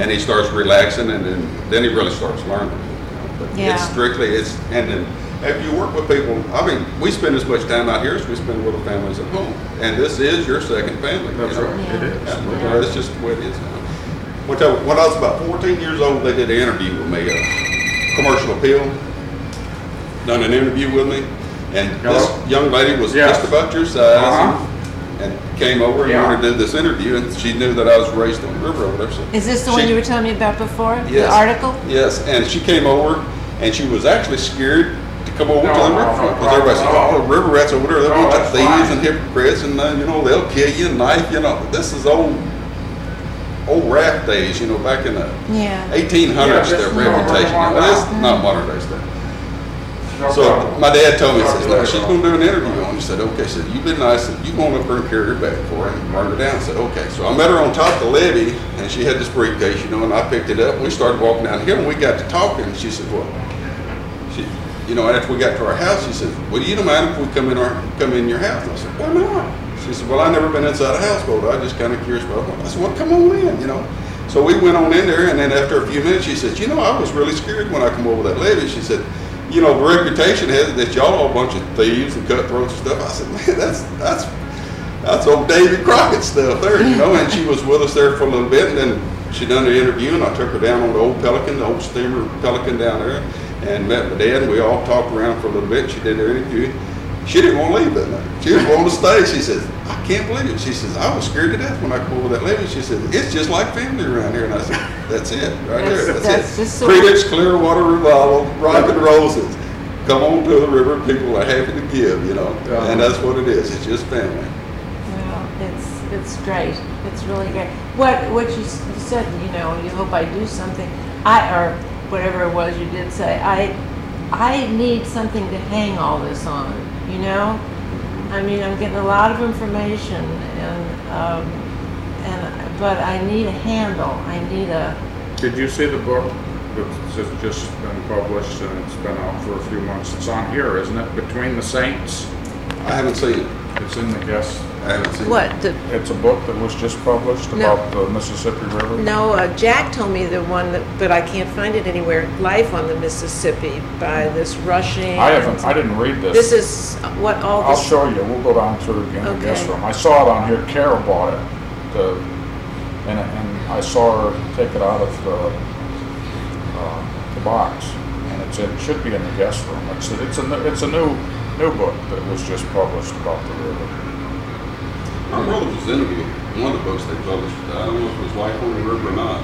B: And he starts relaxing, and then then he really starts learning. But
D: Yeah.
B: It's strictly it's and then if you work with people, I mean, we spend as much time out here as we spend with the families at home, and this is your second family. you
C: That's
B: know.
C: right, it is.
B: Yeah, but, uh, That's just the way it is now. One time, when I was about 14 years old, they did an interview with me, a commercial appeal, done an interview with me, and
C: Hello?
B: this young lady was
C: Yeah.
B: just about your size
C: Uh-huh.
B: and, and came over and
C: Yeah.
B: wanted to do this interview, and she knew that I was raised on the river over there. So
D: Is this the
B: she-
D: one you were telling me about before? The
B: Yes.
D: article?
B: Yes, and she came over, and she was actually scared to come over
C: No,
B: to the
C: no,
B: riverfront
C: no,
B: because everybody said,
C: no.
B: "Oh, the river rats over there, they're
C: No,
B: a bunch
C: that's
B: of thieves
C: fine.
B: and hypocrites, and uh, you know they'll kill you, knife, you know." This is old, old raft days, you know, back in the
D: Yeah.
B: eighteen hundreds,
C: Yeah,
B: their
C: this is not
B: reputation.
C: modern
B: Now, This
C: now.
B: not modern day stuff.
C: No
B: So
C: problem.
B: my dad told me, he
C: Talk
B: says,
C: to you
B: "No,
C: later
B: she's
C: on."
B: going to do an interview." And he said, "Okay." He said, "You've been nice. and You go on up there and carry her back for her and bring her down." I said, "Okay." So I met her on top of the levee, and she had this briefcase, you know, and I picked it up. and We started walking down the hill, and we got to talking. And she said, "Well, she, you know, after we got to our house, she said, "Well, you don't mind if we come in our come in your house?" And I said, "Why not?" She said, "Well, I never been inside a houseboat. I just kind of curious about one." I said, "Well, come on in," you know. So we went on in there, and then after a few minutes, she said, "You know, I was really scared when I come over that levee." She said, "You know, the reputation has it that y'all all a bunch of thieves and cutthroats and stuff." I said, "Man, that's that's that's old David Crockett stuff there, you know." And she was with us there for a little bit, and then she done the interview, and I took her down on the old Pelican, the old steamer Pelican down there, and met my dad. And we all talked around for a little bit. She did her interview. She didn't want to leave that night. She was going to stay. She says, "I can't believe it." She says, "I was scared to death when I come over that levee." She says, "It's just like family around here." And I said, "That's it, right
D: That's-
B: there. That's,
D: that's
B: it."
D: just the-
B: Creedence Clearwater Revival, Rock and Roses. Come on to the river. People are happy to give, you know,
C: Uh-huh.
B: and that's what it is. It's just family.
D: Well, it's, it's great. It's really great. What, what you s- you said, you know, you hope I do something. I, or whatever it was you did say, I, I need something to hang all this on, you know? I mean, I'm getting a lot of information and, um, and, but I need a handle, I need a,
C: Did you see the book that's that's just been published and it's been out for a few months? It's on here, isn't it? Between the Saints?
B: I haven't seen it.
C: It's in the guest.
B: I haven't seen it.
D: what, the,
C: It's a book that was just published
D: No.
C: about the Mississippi River.
D: no, uh, Jack told me the one that, but I can't find it anywhere, Life on the Mississippi by this Rushing.
C: I haven't, I didn't read this.
D: This is what all
C: I'll
D: this,
C: show you. We'll go down through it again in the guest
D: Okay.
C: room. I saw it on here. Carol bought it. The, and, and I saw her take it out of the, uh, the box. And it's, it should be in the guest room. It's, it's a, new- it's a new, new book that was just published about the river.
B: My brother was interviewed, in one of the books they published, I don't know if it was Life on the River or not.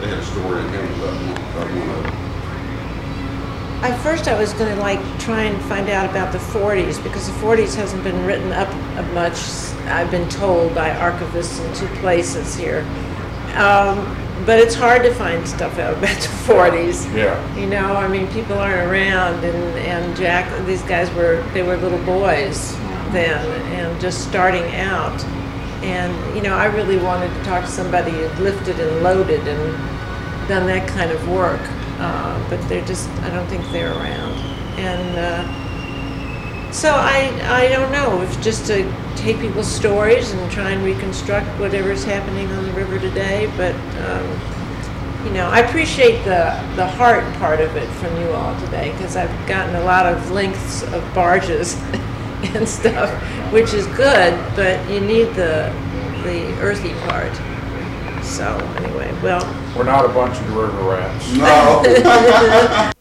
B: They had a story in him about one, about one of them.
D: at first I was gonna like try and find out about the forties, because the forties hasn't been written up much, I've been told by archivists in two places here. Um, but it's hard to find stuff out about the forties.
C: Yeah.
D: You know, I mean, people aren't around, and, and Jack, these guys were, they were little boys then, and just starting out. And, you know, I really wanted to talk to somebody who'd lifted and loaded and done that kind of work, uh, but they're just, I don't think they're around. And uh, so I, I don't know, if just to take people's stories and try and reconstruct whatever's happening on the river today, but, um, you know, I appreciate the, the heart part of it from you all today because I've gotten a lot of lengths of barges and stuff, which is good, but you need the, the earthy part. So, anyway, well,
C: We're not a bunch of river rats.
B: No.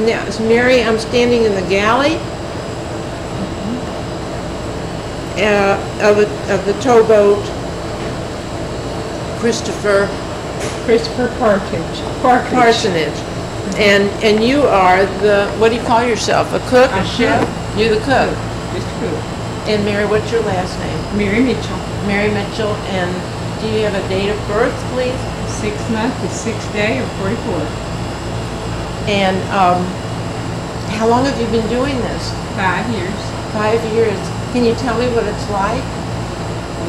D: now, is Mary, I'm standing in the galley uh, of, a, of the towboat, Christopher.
E: Christopher Partridge. Partridge.
D: parsonage. And, and you are the, what do you call yourself, a cook?
E: A chef.
D: You're the cook.
E: Just cool.
D: And Mary, what's your last name?
E: Mary Mitchell.
D: Mary Mitchell, and do you have a date of birth, please?
E: Sixth month, the sixth day of 44.
D: And, um, how long have you been doing this?
E: Five years.
D: Five years. Can you tell me what it's like?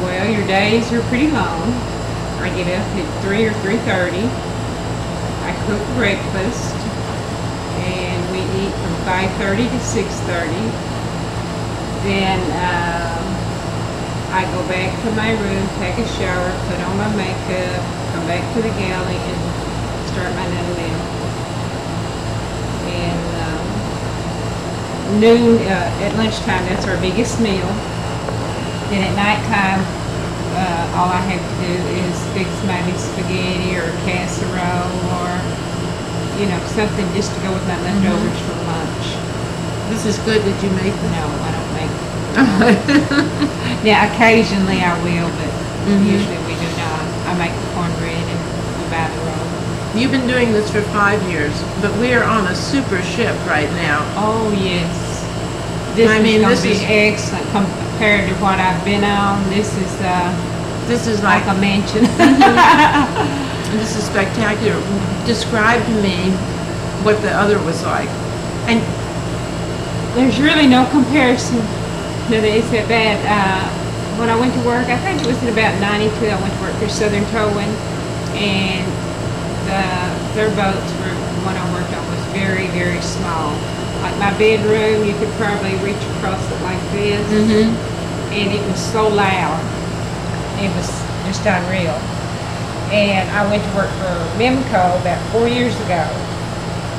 E: Well, your days are pretty long. I get up at 3 or 3.30. I cook breakfast. And we eat from 5.30 to 6.30. Then um, I go back to my room, take a shower, put on my makeup, come back to the galley and start my noon meal. And um, noon, uh, at lunchtime, that's our biggest meal. Then at nighttime, uh, all I have to do is fix maybe spaghetti or casserole or, you know, something just to go with my leftovers
D: Mm-hmm.
E: for lunch.
D: This is good that you make
E: No, I don't make. now, occasionally I will, but
D: Mm-hmm.
E: usually we do not. I make the cornbread and we buy the roll.
D: You've been doing this for five years, but we are on a super ship right now.
E: Oh yes, this
D: I mean,
E: is gonna
D: this
E: be
D: is-
E: excellent compared to what I've been on. This is uh,
D: This is
E: like
D: like
E: a mansion.
D: This is spectacular. Describe to me what the other was like. And
E: There's really no comparison to the except that uh, when I went to work, I think it was in about '92. I went to work for Southern Towing, and the, their boats were one I worked on was very, very small. Like my bedroom, you could probably reach across it like this, and it was so loud. It was just unreal. And I went to work for Memco about four years ago,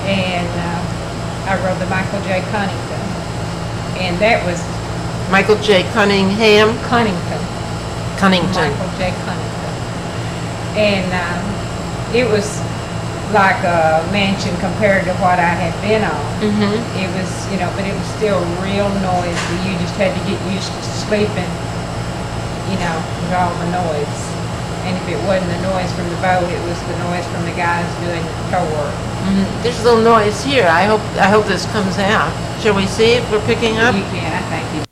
E: and uh, I rode the Michael J. Cunnington, and that was
D: Michael J. Cunningham,
E: Cunnington.
D: Cunnington.
E: Michael J. Cunnington. And um, it was like a mansion compared to what I had been on. It was, you know, but it was still real noisy. You just had to get used to sleeping, you know, with all the noise. And if it wasn't the noise from the boat, it was the noise from the guys doing the tow work.
D: There's a little noise here. I hope I hope this comes out. Shall we see if we're picking up?
E: You can, I think. you-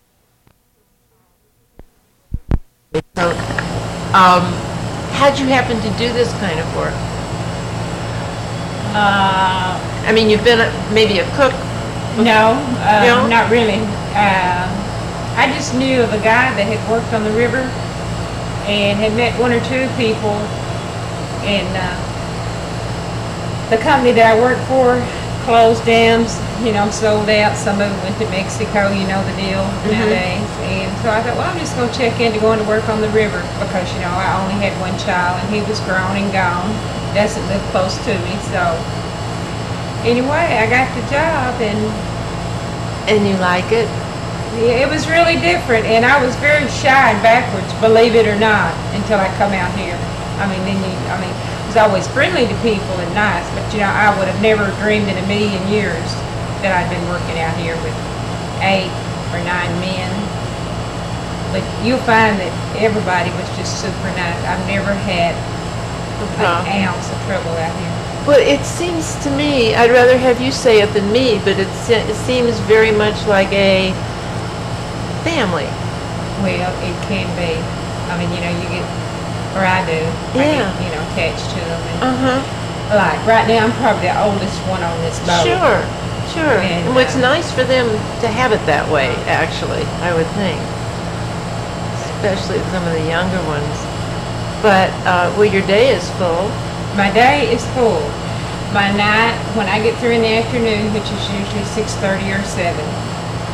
D: So Um, how'd you happen to do this kind of work?
E: Uh,
D: I mean, you've been a, maybe a cook.
E: No, uh,
D: No?
E: not really. Uh, I just knew of a guy that had worked on the river and had met one or two people. And uh, the company that I worked for closed dams, you know, sold out. Some of them went to Mexico, you know the deal nowadays. And so I thought, well, I'm just going to check into going to work on the river because, you know, I only had one child and he was grown and gone. Doesn't live close to me, so. Anyway, I got the job and
D: And you like it?
E: yeah, it was really different, and I was very shy and backwards, believe it or not, until I come out here. I mean, then you, I mean, I was always friendly to people and nice, but you know, I would have never dreamed in a million years that I'd been working out here with eight or nine men. But you'll find that everybody was just super nice. I've never had
D: Uh-huh.
E: an ounce of trouble out here.
D: Well, it seems to me, I'd rather have you say it than me, but it, se- it seems very much like a family.
E: Well, it can be. I mean, you know, you get, or I do. I
D: Yeah.
E: get, you know, attached to them. And,
D: Uh
E: Like right now, I'm probably the oldest one on this boat.
D: Sure, sure.
E: And,
D: And what's
E: uh,
D: nice for them to have it that way, actually, I would think. Especially some of the younger ones. But, uh, well, your day is full.
E: My day is full. My night, when I get through in the afternoon, which is usually six thirty or seven,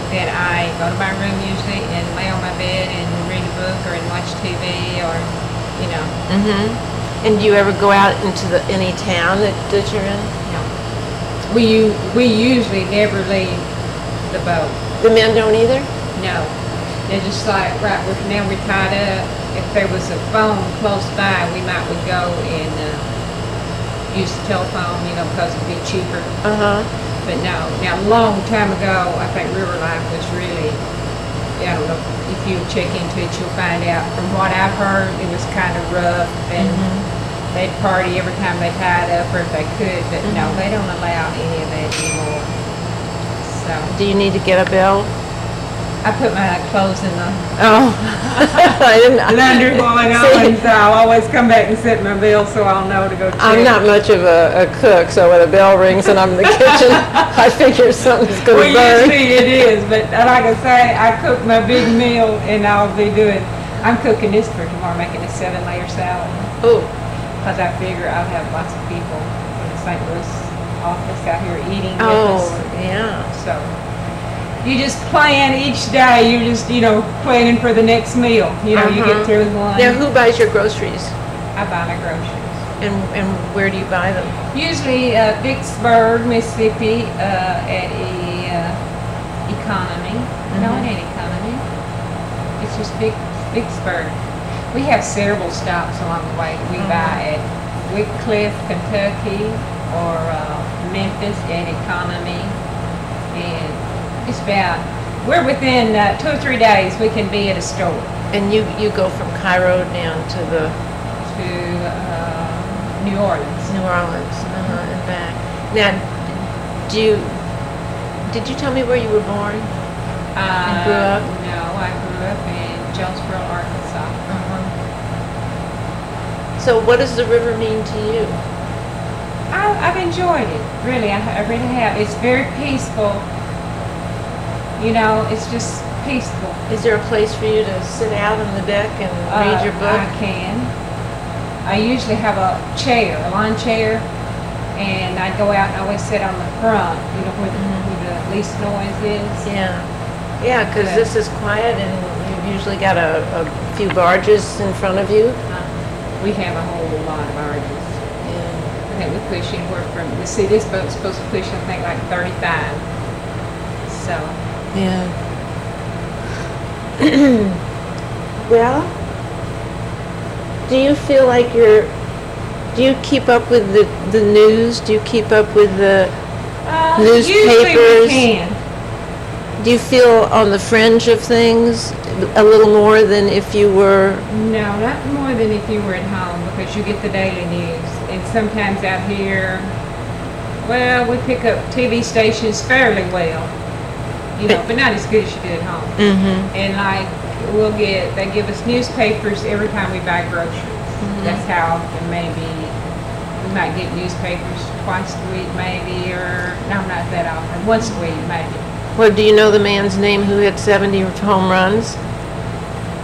E: then I go to my room usually and lay on my bed and read a book or and watch TV or, you know,
D: Mm-hmm. And do you ever go out into the, any town that, that you're in?
E: you know. We u- we usually never leave the boat.
D: The men don't either?
E: No. They're just like, right, we're, now we're tied up. If there was a phone close by, we might would go and uh, use the telephone, you know, because it'd be cheaper.
D: Uh-huh.
E: But no, now, a long time ago, I think river life was really, I don't know, if you check into it, you'll find out. From what I've heard, it was kind of rough and they'd party every time they tied up or if they could, but no, they don't allow any of that anymore. So
D: Do you need to get a bell?
E: I put my clothes in the
D: Oh. I didn't.
E: laundry while I
D: See,
E: don't, so I'll always come back and set my bill so I'll know to go check.
D: I'm not much of a, a cook, so when a bell rings and I'm in the kitchen, I figure something's
E: Well,
D: gonna burn.
E: usually it is, but like I say, I cook my big meal and I'll be doing, I'm cooking this for tomorrow, making a seven layer salad.
D: Ooh.
E: Cause I figure I'll have lots of people from the St. Louis office out here eating with us.
D: Oh, yeah.
E: So, you just plan each day, you just, you know, planning for the next meal. You know, you
D: Uh-huh.
E: get through one,
D: Now, who buys your groceries
E: I buy my groceries.
D: and, and where do you buy them?
E: Usually uh, Vicksburg, Mississippi, uh, at e, uh, Economy. No, it ain't Economy. It's just Vic, Vicksburg. We have several stops along the way. We buy at Wycliffe, Kentucky, or uh, Memphis at Economy, and it's about. We're within uh, two or three days. We can be at a store
D: And you, you go from Cairo down to the
E: to uh, New Orleans.
D: New Orleans uh-huh, and back. Now, do you, did you tell me where you were born?
E: Uh,
D: grew up?
E: No, I grew up in Jonesboro, Arkansas.
D: So what does the river mean to you?
E: I, I've enjoyed it, really. I, I really have. It's very peaceful. You know, it's just peaceful.
D: Is there a place for you to sit out on the deck and read
E: Uh,
D: your
E: I
D: book?
E: can. I usually have a chair, a lawn chair, and I go out and always sit on the front, you know, where the,
D: Mm-hmm.
E: where the least noise is.
D: Yeah, yeah, because
E: Yeah.
D: this is quiet and you've usually got a, a few barges in front of you.
E: We have a whole lot of oranges.
D: Yeah.
E: I think we push anywhere from, you see, this boat's supposed to push, I think, like 35. So,
D: Yeah. well, do you feel like you're? Do you keep up with the the news? Do you keep up with the?
E: uh,
D: Newspapers.
E: Usually we can.
D: Do you feel on the fringe of things a little more than if you were?
E: No, not more than if you were at home because you get the daily news. And sometimes out here, well, we pick up TV stations fairly well, you know, but not as good as you do at home.
D: Mm-hmm.
E: And like we'll get, they give us newspapers every time we buy groceries. That's how, and maybe, we might get newspapers twice a week maybe, or, no, not that often, once a week maybe.
D: Well, do you know the man's name who hit 70 home runs?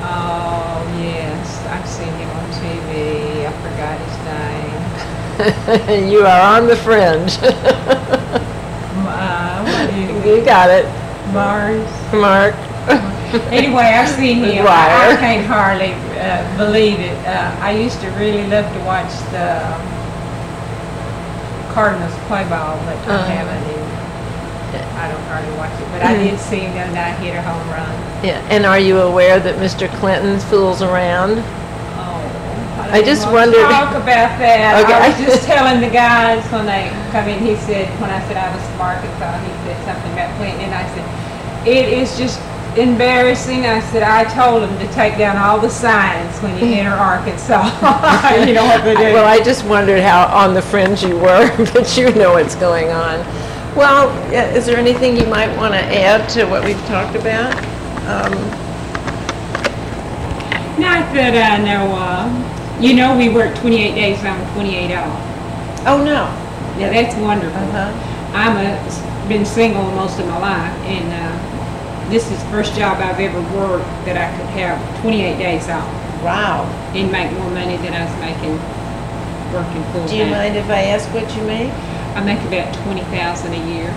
E: Oh, yes, I've seen him on TV, I forgot his name.
D: you are on the fringe.
E: M- Uh, what is it?
D: you got it,
E: Mars?
D: Mark.
E: Anyway, I see him. I- I
D: Right.
E: can't hardly uh, believe it. Uh, I used to really love to watch the um, Cardinals play ball, but
D: Uh-huh.
E: I haven't. and I don't hardly watch it, but I did see him the other night hit a home run.
D: Yeah. And are you aware that Mr. Clinton fools around?
E: Oh,
D: I just
E: didn't want to
D: wondered-
E: Talk about that.
D: Okay.
E: I was just telling the guys when they come in. He said when I said I was from Arkansas, he said something about Clinton, and I said it is just embarrassing. I said I told him to take down all the signs when you enter Arkansas. you know what they do.
D: Well, I just wondered how on the fringe you were, but you know what's going on. Well, yeah, is there anything you might want to add to what we've talked about? Um,
E: Not that I know of. You know, we work 28 days on, 28 off.
D: oh no.
E: Yeah, that's wonderful.
D: Uh-huh.
E: I'm a, been single most of my life, and uh, this is the first job I've ever worked that I could have 28 days off
D: Wow.
E: and make more money than I was making working full
D: Do you
E: time.
D: mind if I ask what you make?
E: I make about 20,000 a year.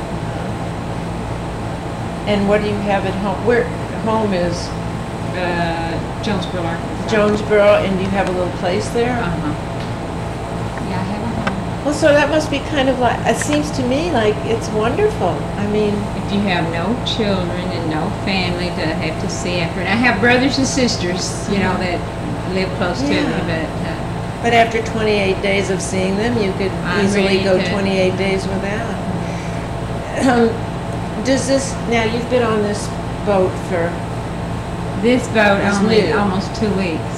D: And what do you have at home? Where home is
E: Uh, Jonesboro, Arkansas.
D: Jonesboro, and you have a little place there.
E: Uh-huh. Yeah, I have a home.
D: Well, so that must be kind of like, it seems to me like it's wonderful. I mean,
E: If you have no children and no family to have to see after, and I have brothers and sisters, you know, that live close to me,
D: Uh-huh. Yeah. but
E: but uh,
D: after 28 days of seeing them, you could
E: I'm
D: easily
E: ready
D: go
E: to-
D: 28 days without. Um, Does this, now you've been on this boat for,
E: this boat
D: It's
E: only
D: new.
E: almost two weeks.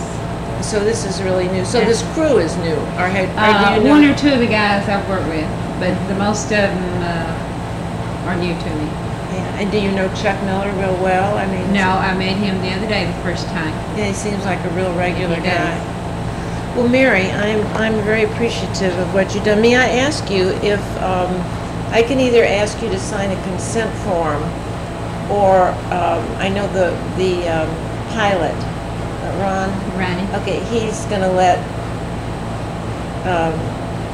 D: so this is really new. So this crew is new, or had,
E: Uh,
D: or do you
E: one
D: know?
E: or two of the guys I've worked with, but the most of them uh, are new to me.
D: Yeah, And do you know Chuck Miller real well? I mean,
E: No, I met him the other day, the first time.
D: Yeah, he seems like a real regular
E: He
D: guy.
E: does.
D: Well, Mary, I'm, I'm very appreciative of what you've done. May I ask you if, um, I can either ask you to sign a consent form, or, um, I know the, the, um, pilot, uh, Ron,
E: Ronnie.
D: okay, he's gonna let, um,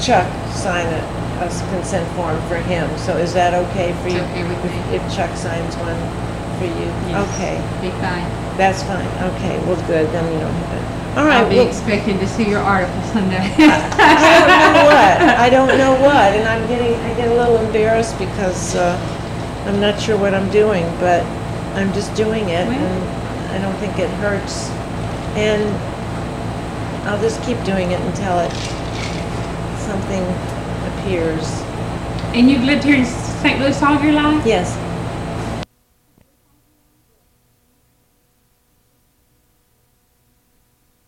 D: Chuck sign a, a s- consent form for him, so is that okay for
E: It's
D: you?
E: okay with me.
D: If Chuck signs one for you?
E: Yes.
D: Okay.
E: Be fine.
D: That's fine, okay, well, good, then we don't have it. All right,
E: I'll be
D: well,
E: expecting to see your article someday.
D: I don't know what, I don't know what, and I'm getting, I get a little embarrassed because uh, I'm not sure what I'm doing, but I'm just doing it,
E: Well.
D: and I don't think it hurts. And I'll just keep doing it until it, something appears.
E: And you've lived here in St. Louis all your life?
D: Yes,